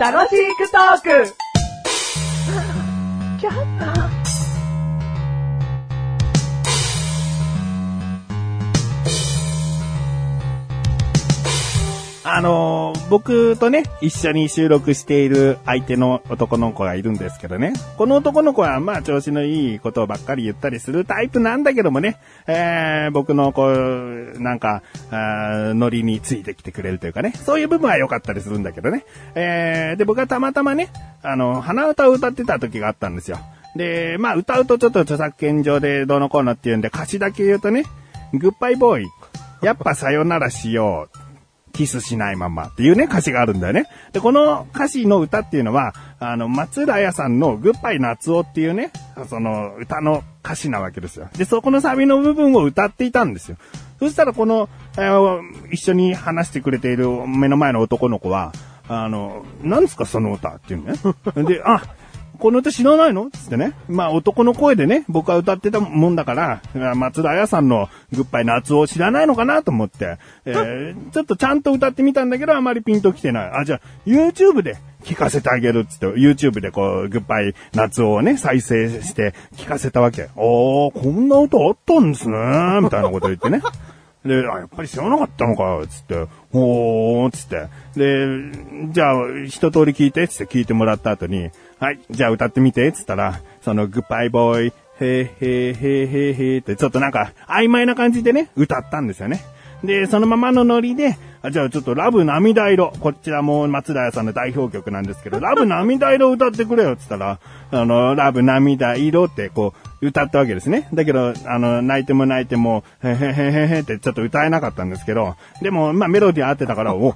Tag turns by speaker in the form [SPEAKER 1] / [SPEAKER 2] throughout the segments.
[SPEAKER 1] 楽しくトーク
[SPEAKER 2] あのー僕とね、一緒に収録している相手の男の子がいるんですけどね。この男の子は、まあ、調子のいいことばっかり言ったりするタイプなんだけどもね、えー、僕の、こう、なんか、あーノリについてきてくれるというかね、そういう部分は良かったりするんだけどね。えー、で、僕はたまたまね、あの、鼻歌を歌ってた時があったんですよ。で、まあ、歌うとちょっと著作権上でどうのこうのっていうんで、歌詞だけ言うとね、グッバイボーイ、やっぱさよならしよう。キスしないままっていうね、歌詞があるんだよね。で、この歌詞の歌っていうのは、あの、松浦彩さんのグッバイ夏男っていうね、その歌の歌詞なわけですよ。で、そこのサビの部分を歌っていたんですよ。そしたらこの、えー一緒に話してくれている目の前の男の子は、あの、何ですかその歌っていうね。で、あ、この歌知らないのつってね。まあ男の声でね、僕は歌ってたもんだから、あ松田彩さんのグッバイ夏を知らないのかなと思って、えーちょっとちゃんと歌ってみたんだけど、あまりピンときてない。あ、じゃあ YouTube で聞かせてあげるっつって、YouTube でこう、グッバイ夏をね、再生して聞かせたわけ。おー、こんな歌あったんですねみたいなこと言ってね。で、あ、やっぱり知らなかったのか、つって、ほー、つって。で、じゃあ、一通り聞いて、つって聞いてもらった後に、はい、じゃあ歌ってみて、つったら、その、グッバイボーイ、へーへーへーへーへーって、ちょっとなんか、曖昧な感じでね、歌ったんですよね。で、そのままのノリで、あじゃあちょっとラブ涙色、こちらも松田屋さんの代表曲なんですけど、ラブ涙色歌ってくれよって言ったら、あの、ラブ涙色ってこう、歌ったわけですね。だけど、あの、泣いても泣いても、へへへへへってちょっと歌えなかったんですけど、でも、まあメロディー合ってたから、お、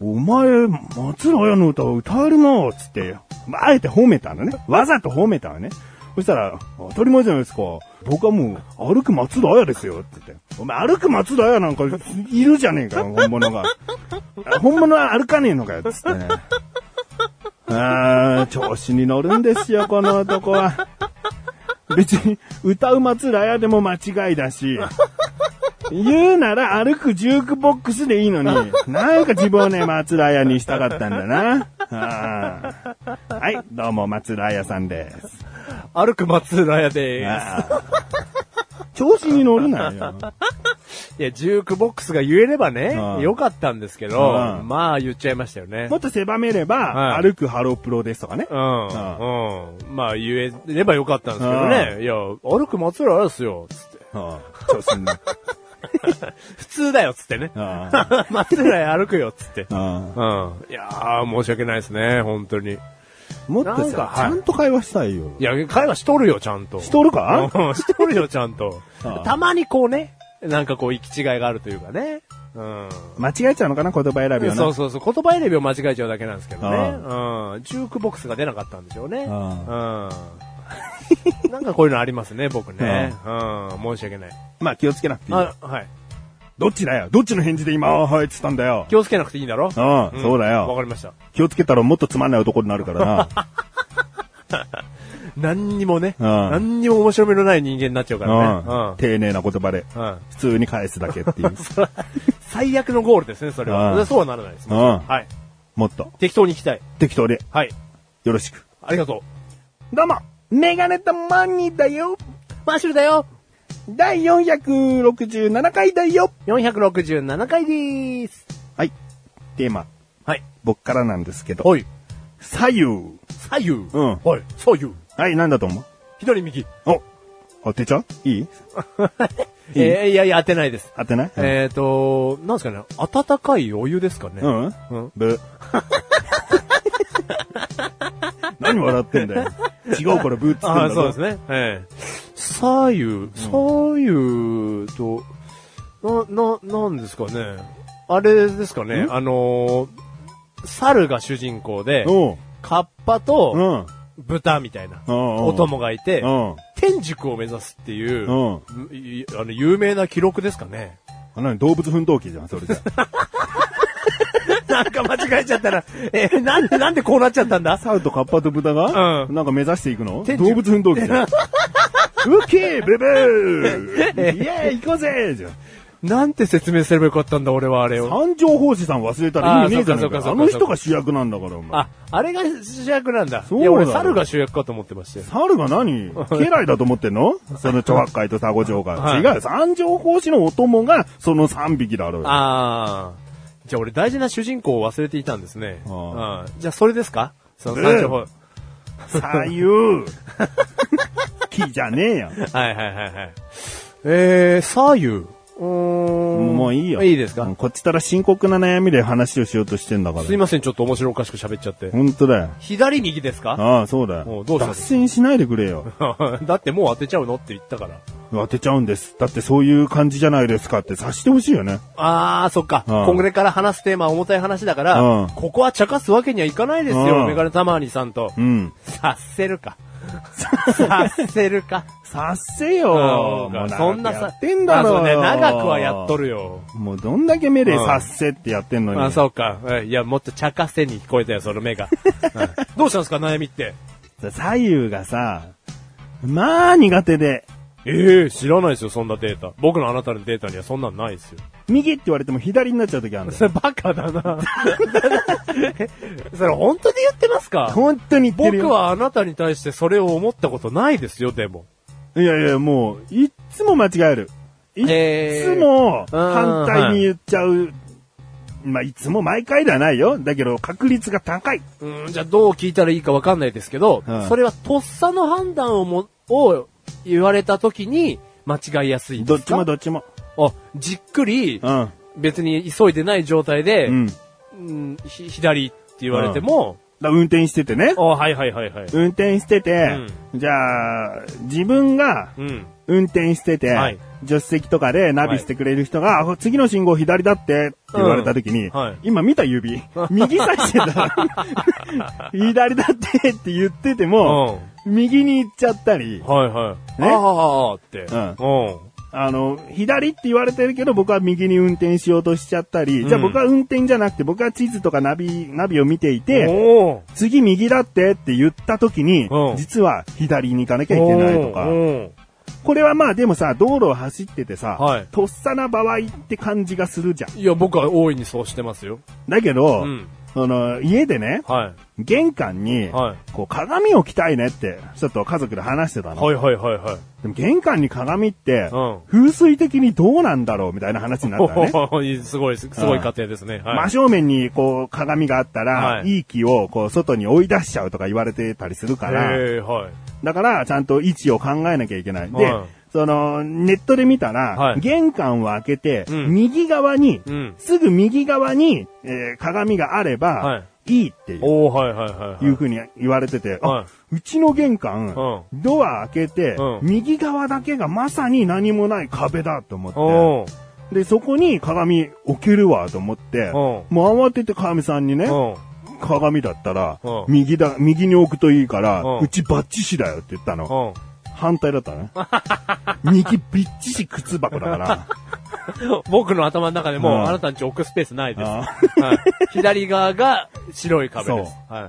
[SPEAKER 2] お前、松田屋の歌を歌えるなつって、まああえて褒めたのね。わざと褒めたのね。そしたら、当たり前じゃないですか。僕はもう、歩く松田綾ですよ、って言って。お前、歩く松田綾なんか、いるじゃねえかよ、本物が。あ本物は歩かねえのかよ、つってね。あー調子に乗るんですよ、この男は。別に、歌う松田綾でも間違いだし。言うなら歩くジュークボックスでいいのに、なんか自分をね、松田綾にしたかったんだな。あーはい、どうも松田綾さんです。
[SPEAKER 1] 歩く松浦屋で
[SPEAKER 2] ああ 調子に乗るなよ。
[SPEAKER 1] す。いや、ジュークボックスが言えればね
[SPEAKER 2] うん、
[SPEAKER 1] よかったんですけど、
[SPEAKER 2] うん
[SPEAKER 1] まあ言っちゃいましたよね
[SPEAKER 2] も。っと狭めれば、
[SPEAKER 1] はい
[SPEAKER 2] 歩くハロープロですとかね。
[SPEAKER 1] うん、うん。まあ言えればよかったんですけどね。いや、歩く松浦屋ですよ、つって。
[SPEAKER 2] うん 調子に乗る。
[SPEAKER 1] 普通だよ、つってね。
[SPEAKER 2] あ
[SPEAKER 1] 松浦屋歩くよ、つって。
[SPEAKER 2] あ
[SPEAKER 1] うん。いやー、申し訳ないですね、本当に。い
[SPEAKER 2] もっと
[SPEAKER 1] なんか
[SPEAKER 2] さ、ち
[SPEAKER 1] は
[SPEAKER 2] ゃ
[SPEAKER 1] い
[SPEAKER 2] んと会話したいよ。
[SPEAKER 1] や、会話しとるよ、ちゃんと。
[SPEAKER 2] しとるか
[SPEAKER 1] うん しとるよ、ちゃんと
[SPEAKER 2] ああ。
[SPEAKER 1] たまにこうね、なんかこう、行き違いがあるというかね。うん。
[SPEAKER 2] 間違えちゃうのかな言葉選びを
[SPEAKER 1] そう
[SPEAKER 2] な。
[SPEAKER 1] そうそう、言葉選びを間違えちゃうだけなんですけどね。うん。ジュークボックスが出なかったんでしょうね。うん。なんかこういうのありますね、僕ね。うん。申し訳ない。
[SPEAKER 2] まあ気をつけなくていいよ。
[SPEAKER 1] あ、はい。
[SPEAKER 2] どっちだよどっちの返事で今、ああはいって言ったんだよ。
[SPEAKER 1] 気をつけなくていいんだろ
[SPEAKER 2] うんそうだよ
[SPEAKER 1] わかりました。
[SPEAKER 2] 気をつけたらもっとつまんない男になるからな。
[SPEAKER 1] 何にもね、
[SPEAKER 2] うん
[SPEAKER 1] 何にも面白みのない人間になっちゃう からね。
[SPEAKER 2] うん丁寧な言葉で。
[SPEAKER 1] うん。うん。
[SPEAKER 2] 普通に返すだけっていう。
[SPEAKER 1] それは 最悪のゴールですね、それは。
[SPEAKER 2] うん
[SPEAKER 1] そうはならないです。
[SPEAKER 2] うん
[SPEAKER 1] はい。
[SPEAKER 2] もっと
[SPEAKER 1] 適当に行きたい。
[SPEAKER 2] 適当で
[SPEAKER 1] はい。
[SPEAKER 2] よろしく。
[SPEAKER 1] ありがと
[SPEAKER 2] どうもメガネとマニーだよ
[SPEAKER 1] う。マッシュルだよ
[SPEAKER 2] 第467回だよ
[SPEAKER 1] !467 回でーす。
[SPEAKER 2] はい。テーマ、
[SPEAKER 1] はい。
[SPEAKER 2] 僕からなんですけど。
[SPEAKER 1] はい。
[SPEAKER 2] 左右。
[SPEAKER 1] 左右。うんはい。左右。
[SPEAKER 2] はい、なんだと思う
[SPEAKER 1] 左右。
[SPEAKER 2] お当てちゃういいいい
[SPEAKER 1] えー、いやいや、当てないです。
[SPEAKER 2] 当てない、
[SPEAKER 1] えっ、ー、と、なんですかね、温かいお湯ですかね。
[SPEAKER 2] うん
[SPEAKER 1] うん。
[SPEAKER 2] ブ。 何笑ってんだよ。違うからブーっつってんだ
[SPEAKER 1] あ
[SPEAKER 2] ろ
[SPEAKER 1] あ、そうですね。ええ左右、左右と、な、な、なんですかね。あれですかね、
[SPEAKER 2] ん
[SPEAKER 1] あのー猿が主人公で、
[SPEAKER 2] おう
[SPEAKER 1] カッパ
[SPEAKER 2] う
[SPEAKER 1] と
[SPEAKER 2] ん。
[SPEAKER 1] 豚みたいな、
[SPEAKER 2] うんうん
[SPEAKER 1] お供がいて、
[SPEAKER 2] うん。
[SPEAKER 1] 天竺を目指すっていう、
[SPEAKER 2] う
[SPEAKER 1] いあの、有名な記録ですかね。
[SPEAKER 2] あ、なに動物奮闘記じゃん、それじゃ。
[SPEAKER 1] なんか間違えちゃったら、えーなんで、なんでこうなっちゃったんだ
[SPEAKER 2] サウとカッパと豚が、
[SPEAKER 1] う
[SPEAKER 2] なんか目指していくの
[SPEAKER 1] 天竺
[SPEAKER 2] 動物奮 闘記じゃん。ウッキーブブーイエーイ行こうぜじゃん。
[SPEAKER 1] なんて説明すればよかったんだ、俺はあれを。
[SPEAKER 2] 三条法師さん忘れたら意味ねえじゃねえ
[SPEAKER 1] あーそっか
[SPEAKER 2] か
[SPEAKER 1] そ
[SPEAKER 2] あ
[SPEAKER 1] っかそっか
[SPEAKER 2] の人が主役なんだから、お前。
[SPEAKER 1] あ、あれが主役なんだ。
[SPEAKER 2] そう
[SPEAKER 1] いや、俺
[SPEAKER 2] だよ
[SPEAKER 1] 猿が主役かと思ってましたよ。
[SPEAKER 2] 猿が 何家来だと思ってんのその長八海と佐五城が。
[SPEAKER 1] はい
[SPEAKER 2] 違う。三条法師のお供がその三匹だろうよ。
[SPEAKER 1] あー。じゃあ俺大事な主人公を忘れていたんですね。
[SPEAKER 2] あー
[SPEAKER 1] うんじゃあそれですかその
[SPEAKER 2] ね
[SPEAKER 1] 三条法
[SPEAKER 2] 左 右。木じゃねえや。
[SPEAKER 1] はいはいはいはい。えー、左右。うーん。
[SPEAKER 2] もういいよ。
[SPEAKER 1] いいですか、
[SPEAKER 2] うんこっちから深刻な悩みで話をしようとしてんだから。
[SPEAKER 1] すいません、ちょっと面白おかしく喋っちゃって。
[SPEAKER 2] 本当だよ。
[SPEAKER 1] 左右ですか
[SPEAKER 2] ああ、そうだよ
[SPEAKER 1] お。うどうしたの
[SPEAKER 2] 脱線しないでくれ よ。
[SPEAKER 1] だってもう当てちゃうのって言ったから。
[SPEAKER 2] 当てちゃうんです。だってそういう感じじゃないですかって察してほしいよね。
[SPEAKER 1] あー、そっか。
[SPEAKER 2] うん
[SPEAKER 1] これから話すテーマは重たい話だから、
[SPEAKER 2] うん
[SPEAKER 1] ここは茶化すわけにはいかないですよ、
[SPEAKER 2] うん
[SPEAKER 1] メガネたまにさんと
[SPEAKER 2] う。ん。
[SPEAKER 1] 察せ るか。察せるか。
[SPEAKER 2] 察せよ。もう
[SPEAKER 1] そんな
[SPEAKER 2] 長くや
[SPEAKER 1] さ
[SPEAKER 2] っ、てんだ
[SPEAKER 1] あそ
[SPEAKER 2] ろ
[SPEAKER 1] う
[SPEAKER 2] う
[SPEAKER 1] ね、
[SPEAKER 2] よ。
[SPEAKER 1] 長くはやっとるよ。
[SPEAKER 2] もうどんだけ目で
[SPEAKER 1] うん
[SPEAKER 2] 察せってやってんのに。
[SPEAKER 1] あ、そうか。うんいや、もっと茶化せに聞こえたよ、そ の目が。うんどうしたんですか、悩みって。
[SPEAKER 2] 左右がさ、まあ苦手で、
[SPEAKER 1] ええ知らないですよ、そんなデータ。僕のあなたのデータにはそんなんないですよ。
[SPEAKER 2] 右って言われても左になっちゃう時あるんだよ。
[SPEAKER 1] それバカだな。 それ本当に言ってますか
[SPEAKER 2] 本当に言ってるよ
[SPEAKER 1] 僕。はあなたに対してそれを思ったことないですよ、でも。
[SPEAKER 2] いやいや、もう、いっつも間違える。いっ
[SPEAKER 1] えー
[SPEAKER 2] つも反対に言っちゃう。まあ、いつも毎回ではないよ。だけど、確率が高い。
[SPEAKER 1] うん、じゃあどう聞いたらいいかわかんないですけど、
[SPEAKER 2] うん
[SPEAKER 1] それはとっさの判断をも、を言われた時に間違いやすいん
[SPEAKER 2] ど
[SPEAKER 1] で
[SPEAKER 2] っ
[SPEAKER 1] す
[SPEAKER 2] ちも
[SPEAKER 1] か
[SPEAKER 2] どっちも。
[SPEAKER 1] あ、じっくり
[SPEAKER 2] う、ん。
[SPEAKER 1] 別に急いでない状態で、
[SPEAKER 2] う
[SPEAKER 1] うん
[SPEAKER 2] ん。だか
[SPEAKER 1] ひ左って言われても、
[SPEAKER 2] ら運転しててね。
[SPEAKER 1] あ、はいはいはいはい。
[SPEAKER 2] 運転してて、じゃあ、自分が
[SPEAKER 1] うん。
[SPEAKER 2] 運転してて、
[SPEAKER 1] はい
[SPEAKER 2] 助手席とかでナビしてくれる人が、あ次の信号左だってって言われた時に、
[SPEAKER 1] うんはい
[SPEAKER 2] 今見た 指、右指してた。 左だってって言ってても、右に行っちゃったり、
[SPEAKER 1] はいはい。
[SPEAKER 2] ね
[SPEAKER 1] ああ、って。
[SPEAKER 2] うん
[SPEAKER 1] うん。
[SPEAKER 2] あの、左って言われてるけど、僕は右に運転しようとしちゃったり、
[SPEAKER 1] うん
[SPEAKER 2] じゃあ僕は運転じゃなくて、僕は地図とかナビ、ナビを見ていて、
[SPEAKER 1] おー
[SPEAKER 2] 次右だってって言った時に
[SPEAKER 1] う、ん
[SPEAKER 2] 実は左に行かなきゃいけないとか
[SPEAKER 1] う、ん
[SPEAKER 2] これはまあでもさ、道路を走っててさ、
[SPEAKER 1] はい
[SPEAKER 2] とっさな場合って感じがするじゃん。
[SPEAKER 1] いや、僕は大いにそうしてますよ。
[SPEAKER 2] だけど、
[SPEAKER 1] うん
[SPEAKER 2] その、家でね、
[SPEAKER 1] は
[SPEAKER 2] 玄関に、
[SPEAKER 1] はい
[SPEAKER 2] こう鏡を着たいねって、ちょっと家族で話してた
[SPEAKER 1] い。
[SPEAKER 2] の。
[SPEAKER 1] はいはいはいはい。
[SPEAKER 2] でも玄関に鏡って、
[SPEAKER 1] うん
[SPEAKER 2] 風水的にどうなんだろうみたいな話になったのね。
[SPEAKER 1] おーす ごい、すすごい家庭ですね。は
[SPEAKER 2] 真
[SPEAKER 1] い
[SPEAKER 2] 正面にこう鏡があったら、、
[SPEAKER 1] はいい
[SPEAKER 2] い気をこう外に追い出しちゃうとか言われてたりするから、
[SPEAKER 1] ええはい。
[SPEAKER 2] だからちゃんと位置を考えなきゃいけない。で、
[SPEAKER 1] はい
[SPEAKER 2] そのネットで見たら、
[SPEAKER 1] はい
[SPEAKER 2] 玄関を開けて、
[SPEAKER 1] うん
[SPEAKER 2] 右側に、
[SPEAKER 1] うん
[SPEAKER 2] すぐ右側に、えー鏡があれば、、
[SPEAKER 1] はい
[SPEAKER 2] いっていう。
[SPEAKER 1] おーはいはいはいはい。
[SPEAKER 2] いうふうに言われてて、
[SPEAKER 1] は
[SPEAKER 2] あうちの玄関、
[SPEAKER 1] う
[SPEAKER 2] ドア開けて、
[SPEAKER 1] うん
[SPEAKER 2] 右側だけがまさに何もない壁だと思って、
[SPEAKER 1] おー
[SPEAKER 2] で、そこに鏡置けるわと思って、
[SPEAKER 1] ん
[SPEAKER 2] もう慌てて鏡さんにね、
[SPEAKER 1] うん。
[SPEAKER 2] 鏡だったら
[SPEAKER 1] うん、
[SPEAKER 2] 右だ、右に置くといいから
[SPEAKER 1] うん、
[SPEAKER 2] うちバッチシだよって言ったの。
[SPEAKER 1] うん。
[SPEAKER 2] 反対だった ね。右ビッチシ靴箱だから。
[SPEAKER 1] 僕の頭の中で
[SPEAKER 2] う
[SPEAKER 1] も
[SPEAKER 2] ん
[SPEAKER 1] う、あなたんち置くスペースないです。
[SPEAKER 2] あ
[SPEAKER 1] はい左側が白い壁です。は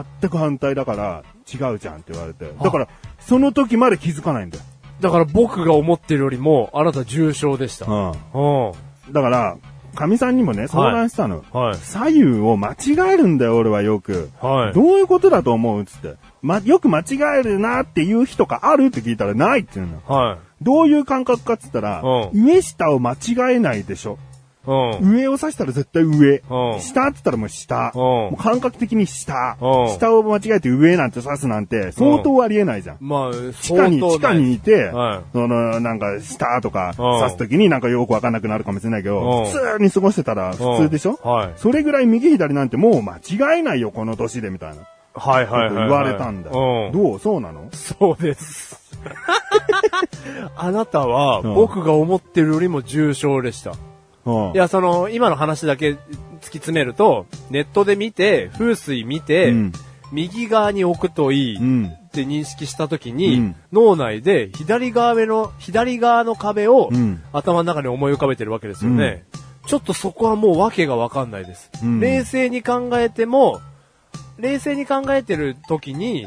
[SPEAKER 1] い
[SPEAKER 2] 全く反対だから、違うじゃんって言われて。だから、その時まで気づかないんだよ。
[SPEAKER 1] だから僕が思ってるよりも、あなた重症でした。うん。は
[SPEAKER 2] だから、神さんにもね、相談したの。
[SPEAKER 1] い。
[SPEAKER 2] 左右を間違えるんだよ、俺はよく。
[SPEAKER 1] はい。
[SPEAKER 2] どういうことだと思うっつって。ま、よく間違えるなっていう日とかあるって聞いたらないって言うの。
[SPEAKER 1] はい。
[SPEAKER 2] どういう感覚かっつったら、
[SPEAKER 1] う
[SPEAKER 2] 上下を間違えないでしょ。
[SPEAKER 1] うん。
[SPEAKER 2] 上を指したら絶対上。
[SPEAKER 1] うん
[SPEAKER 2] 下っつったらもう下。
[SPEAKER 1] うん
[SPEAKER 2] もう感覚的に下。
[SPEAKER 1] うん
[SPEAKER 2] 下を間違えて上なんて指すなんて相当ありえないじゃん。
[SPEAKER 1] まあ、
[SPEAKER 2] 地下に、
[SPEAKER 1] 相
[SPEAKER 2] 地
[SPEAKER 1] 当
[SPEAKER 2] 下
[SPEAKER 1] な
[SPEAKER 2] にいて、
[SPEAKER 1] はい
[SPEAKER 2] その、なんか、下とか、
[SPEAKER 1] うん
[SPEAKER 2] 刺すときになんかよくわかんなくなるかもしれないけ
[SPEAKER 1] う
[SPEAKER 2] ど、
[SPEAKER 1] ん
[SPEAKER 2] 普通に過ごしてたら普通でしょ、
[SPEAKER 1] うんはい
[SPEAKER 2] それぐらい右左なんてもう間違えないよ、この年で、みたいな。
[SPEAKER 1] はいはいはいはい。
[SPEAKER 2] 言われたんだよ。
[SPEAKER 1] うん。
[SPEAKER 2] どうそうなの
[SPEAKER 1] そうです。あなたは、
[SPEAKER 2] うん
[SPEAKER 1] 僕が思ってるよりも重症でした。
[SPEAKER 2] うん
[SPEAKER 1] いや、その、今の話だけ突き詰めると、ネットで見て、風水見て、
[SPEAKER 2] うん
[SPEAKER 1] 右側に置くといいっ
[SPEAKER 2] うん
[SPEAKER 1] て認識したときに、
[SPEAKER 2] うん
[SPEAKER 1] 脳内で左側目の、左側の壁を、
[SPEAKER 2] うん
[SPEAKER 1] 頭の中に思い浮かべてるわけですよね。ちょっとそこはもう訳がわかんないです、
[SPEAKER 2] うん
[SPEAKER 1] 冷静に考えても、冷静に考えてる時に、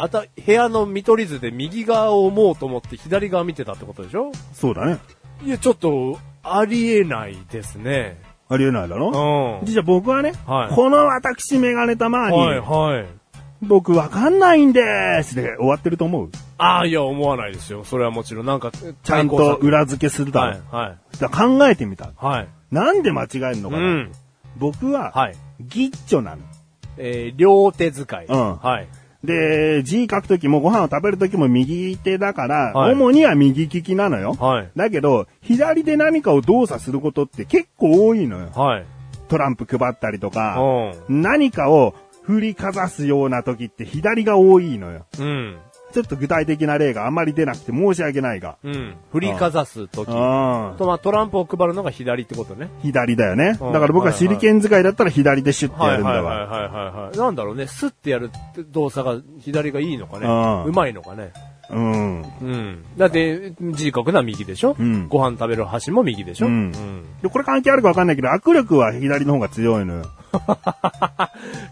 [SPEAKER 1] あた、部屋の見取り図で右側を思おうと思って左側見てたってことでしょ
[SPEAKER 2] そうだね。
[SPEAKER 1] いや、ちょっと、ありえないですね。
[SPEAKER 2] ありえないだ
[SPEAKER 1] う
[SPEAKER 2] ろ
[SPEAKER 1] ん。は
[SPEAKER 2] じゃあ僕はね、
[SPEAKER 1] はい
[SPEAKER 2] この私メガネたま
[SPEAKER 1] い、
[SPEAKER 2] に、
[SPEAKER 1] はい。
[SPEAKER 2] 僕わかんないんですで終わってると思う
[SPEAKER 1] ああ、いや、思わないですよ。それはもちろん。なんか、
[SPEAKER 2] ちゃんと裏付けするだろ
[SPEAKER 1] は
[SPEAKER 2] う
[SPEAKER 1] い、はい、
[SPEAKER 2] だから考えてみた。
[SPEAKER 1] はい。
[SPEAKER 2] なんで間違えるの
[SPEAKER 1] う
[SPEAKER 2] かな、
[SPEAKER 1] ん。
[SPEAKER 2] 僕は、
[SPEAKER 1] はい。
[SPEAKER 2] ギッチョなの。
[SPEAKER 1] えー両手使い。
[SPEAKER 2] うん
[SPEAKER 1] はい。
[SPEAKER 2] で、字書くときもご飯を食べるときも右手だから、
[SPEAKER 1] はい
[SPEAKER 2] 主には右利きなのよ。
[SPEAKER 1] はい。
[SPEAKER 2] だけど、左で何かを動作することって結構多いのよ。
[SPEAKER 1] はい。
[SPEAKER 2] トランプ配ったりとか、
[SPEAKER 1] う
[SPEAKER 2] 何かを振りかざすような時って左が多いのよ。
[SPEAKER 1] ん。うん。
[SPEAKER 2] ちょっと具体的な例があんまり出なくて申し訳ないが。
[SPEAKER 1] うん。振りかざすとき。
[SPEAKER 2] うん
[SPEAKER 1] と、まあ、トランプを配るのが左ってことね。
[SPEAKER 2] 左だよね。だ
[SPEAKER 1] うん
[SPEAKER 2] から僕は手裏剣使いだったら左でシュッてやるんだ
[SPEAKER 1] はい
[SPEAKER 2] わ。
[SPEAKER 1] はいはい。なんだろうね、スッてやる動作が左がいいのかね。
[SPEAKER 2] うん
[SPEAKER 1] うまいのかね。
[SPEAKER 2] うん。
[SPEAKER 1] うん。だって、字書くのは右でしょ、
[SPEAKER 2] うん
[SPEAKER 1] ご飯食べる箸も右でしょ、
[SPEAKER 2] うんで、これ関係あるかわかんないけど、握力は左の方が強いのよ。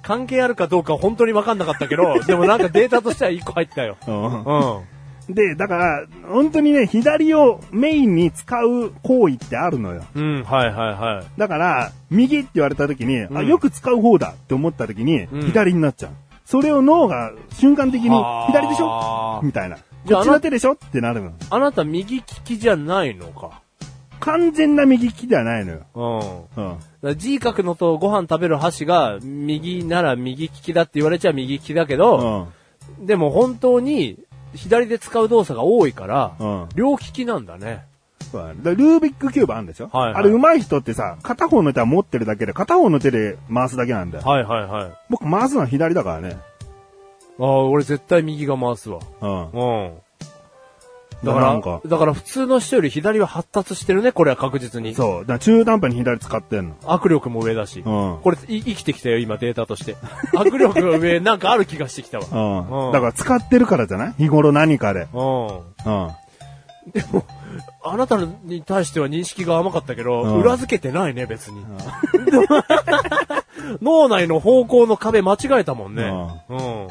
[SPEAKER 1] 関係あるかどうかは本当にわかんなかったけど、で もなんかデータとしては一個入ったよ。
[SPEAKER 2] うん
[SPEAKER 1] う
[SPEAKER 2] で、だから、本当にね、左をメインに使う行為ってあるのよ。
[SPEAKER 1] ん。うん、はいはいはい。
[SPEAKER 2] だから、右って言われた時に、
[SPEAKER 1] ん
[SPEAKER 2] あ、よく使う方だって思った時に、
[SPEAKER 1] ん
[SPEAKER 2] 左になっちゃう。それを脳が瞬間的に
[SPEAKER 1] は、あ
[SPEAKER 2] 左でしょみたいな。
[SPEAKER 1] じ
[SPEAKER 2] こ
[SPEAKER 1] ゃあ
[SPEAKER 2] っちの手でしょってなるの。
[SPEAKER 1] あなた右利きじゃないのか。
[SPEAKER 2] 完全な右利きではないのよ。
[SPEAKER 1] うん。
[SPEAKER 2] うん。
[SPEAKER 1] だから字書くのとご飯食べる箸が右なら右利きだって言われちゃ右利きだけど、
[SPEAKER 2] うん。
[SPEAKER 1] でも本当に左で使う動作が多いから、
[SPEAKER 2] うん
[SPEAKER 1] 両利きなんだね。
[SPEAKER 2] そうだねだからルービックキューブあるんでしょ、
[SPEAKER 1] はいはい
[SPEAKER 2] あれ上手い人ってさ、片方の手は持ってるだけで、片方の手で回すだけなんだよ。
[SPEAKER 1] はいはいはい。あ
[SPEAKER 2] 僕回すのは左だからね。
[SPEAKER 1] あ、俺絶対右が回すわ。
[SPEAKER 2] うん。
[SPEAKER 1] うん。だ
[SPEAKER 2] だ
[SPEAKER 1] か、
[SPEAKER 2] からら
[SPEAKER 1] だから普通の人より左は発達してるね、これは確実に。
[SPEAKER 2] そう。だから中途半端に左使ってんの。
[SPEAKER 1] 握力も上だし。
[SPEAKER 2] うん
[SPEAKER 1] これい生きてきたよ、今データとして。握力が上、なんかある気がしてきたわ。
[SPEAKER 2] う。
[SPEAKER 1] うんん
[SPEAKER 2] だから使ってるからじゃない日頃何かで。
[SPEAKER 1] うん。
[SPEAKER 2] うん。
[SPEAKER 1] でも、あなたに対しては認識が甘かったけど、
[SPEAKER 2] うん
[SPEAKER 1] 裏付けてないね、別に。 脳内の方向の壁間違えたもんね。うん。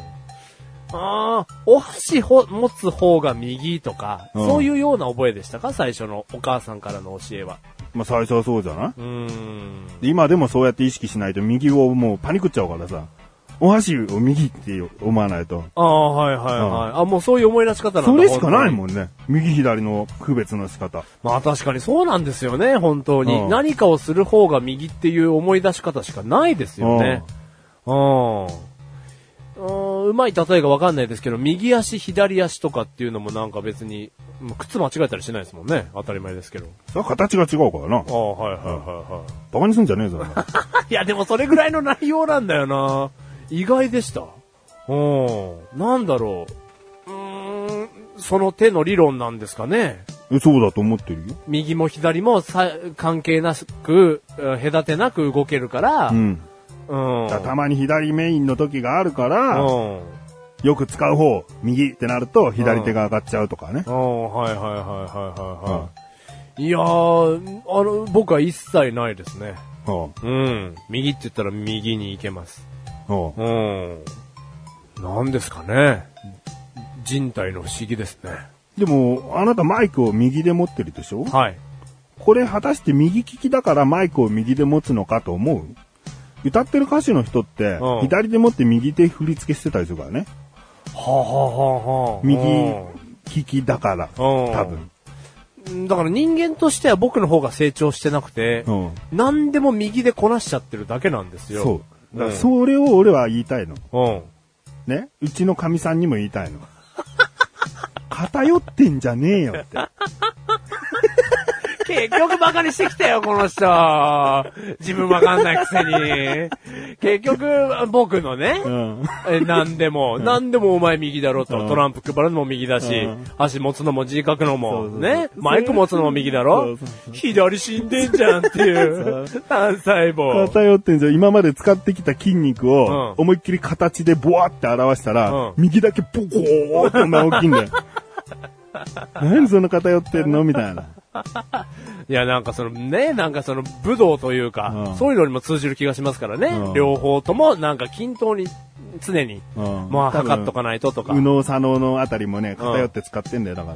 [SPEAKER 1] ああ、お箸ほ持つ方が右とか、
[SPEAKER 2] うん
[SPEAKER 1] そういうような覚えでしたか最初のお母さんからの教えは。
[SPEAKER 2] まあ最初はそうじゃないう
[SPEAKER 1] ーん。
[SPEAKER 2] で今でもそうやって意識しないと右をもうパニクっちゃうからさ。お箸を右って思わないと。
[SPEAKER 1] ああ、はいはいはい。あ、もうそういう思い出し方なんだ。
[SPEAKER 2] それしかない
[SPEAKER 1] ん。
[SPEAKER 2] もんね。右左の区別の仕方。
[SPEAKER 1] まあ確かにそうなんですよね、本当に。
[SPEAKER 2] うん
[SPEAKER 1] 何かをする方が右っていう思い出し方しかないですよね。うん。うんうまい例えがわかんないですけど、右足、左足とかっていうのもなんか別に、もう靴間違えたりしないですもんね。当たり前ですけど。
[SPEAKER 2] それは形が違うからな
[SPEAKER 1] あ。あ、はいはいはいはい。
[SPEAKER 2] バカにすんじゃねえぞ。
[SPEAKER 1] いや、でもそれぐらいの内容なんだよな。意外でした。うん。なんだろう。うーん、その手の理論なんですかね。
[SPEAKER 2] えそうだと思ってるよ。
[SPEAKER 1] 右も左もさ関係なく、うん隔てなく動けるから、
[SPEAKER 2] う
[SPEAKER 1] うん。
[SPEAKER 2] ん。だからたまに左メインの時があるから、
[SPEAKER 1] うん。
[SPEAKER 2] よく使う方、右ってなると左手が上がっちゃうとかね。
[SPEAKER 1] うん、はいはいはいはいはいはい。いやー、あの、僕は一切ないですね。
[SPEAKER 2] うん。うん
[SPEAKER 1] うん。右って言ったら右に行けます。うん。なんですかね。人体の不思議ですね。
[SPEAKER 2] でも、あなたマイクを右で持ってるでしょ
[SPEAKER 1] はい。
[SPEAKER 2] これ果たして右利きだからマイクを右で持つのかと思う歌ってる歌手の人って
[SPEAKER 1] う、ん
[SPEAKER 2] 左で持って右手振り付けしてたりするからね。
[SPEAKER 1] はあ、はあはあはあ、
[SPEAKER 2] 右
[SPEAKER 1] う
[SPEAKER 2] 利きだから、
[SPEAKER 1] うん
[SPEAKER 2] 多分。
[SPEAKER 1] んだから人間としては僕の方が成長してなくて、
[SPEAKER 2] うん。
[SPEAKER 1] 何でも右でこなしちゃってるだけなんですよ。
[SPEAKER 2] そう。だから
[SPEAKER 1] うん
[SPEAKER 2] それを俺は言いたいの。
[SPEAKER 1] うん。
[SPEAKER 2] ね。うちの神さんにも言いた いの。偏ってんじゃねえよって。
[SPEAKER 1] 結局バカにしてきたよ、この人。自分わかんないくせに。結局、僕のね、
[SPEAKER 2] うん。
[SPEAKER 1] え何でも、何でもお前右だろ
[SPEAKER 2] う
[SPEAKER 1] と。
[SPEAKER 2] ん
[SPEAKER 1] トランプ配るのも右だし
[SPEAKER 2] うん、
[SPEAKER 1] 足持つのも字書くの
[SPEAKER 2] そう
[SPEAKER 1] も、
[SPEAKER 2] そう
[SPEAKER 1] ね、マイク持つのも右だろ
[SPEAKER 2] そうそうそ。
[SPEAKER 1] 左死んでんじゃんっていう、単細胞。
[SPEAKER 2] 偏ってんじゃん。今まで使ってきた筋肉を、
[SPEAKER 1] うん
[SPEAKER 2] 思いっきり形でボワって表したら、
[SPEAKER 1] うん
[SPEAKER 2] 右だけボコーって大きいん だよ。何その偏ってんのみたいな。
[SPEAKER 1] いや、なんかそのね、なんかその武道というか、
[SPEAKER 2] うん
[SPEAKER 1] そういうのにも通じる気がしますからね。
[SPEAKER 2] うん
[SPEAKER 1] 両方ともなんか均等に、常に、
[SPEAKER 2] うん
[SPEAKER 1] まあ測っとかないととか
[SPEAKER 2] 右。脳左脳のあたりもね、偏って使ってんだよ、だか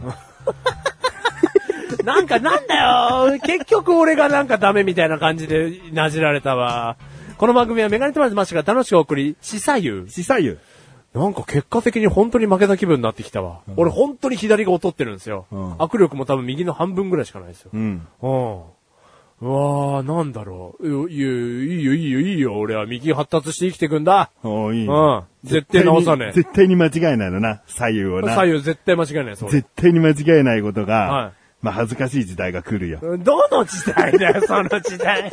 [SPEAKER 2] ら。
[SPEAKER 1] なんかなんだよ結局俺がなんかダメみたいな感じでなじられたわ。この番組はメガネとマジマシが楽しくお送り、しさゆ。
[SPEAKER 2] しさゆ。
[SPEAKER 1] なんか結果的に本当に負けた気分になってきたわ。俺本当に左が劣ってるんですよ、
[SPEAKER 2] うん
[SPEAKER 1] 握力も多分右の半分ぐらいしかないですよ。
[SPEAKER 2] うん。
[SPEAKER 1] うん。うわー、なんだろう。いいよ、いいよ、いいよ、いいよ。俺は右発達して生きてくんだ。
[SPEAKER 2] おーいいね。
[SPEAKER 1] うん。絶対直さねえ。
[SPEAKER 2] 絶対に間違いないのな、左右をな。
[SPEAKER 1] 左右絶対間違いないです、 俺。
[SPEAKER 2] 絶対に間違いないことが、
[SPEAKER 1] はい
[SPEAKER 2] まあ恥ずかしい時代が来るよ。
[SPEAKER 1] どの時代だよ、その時代。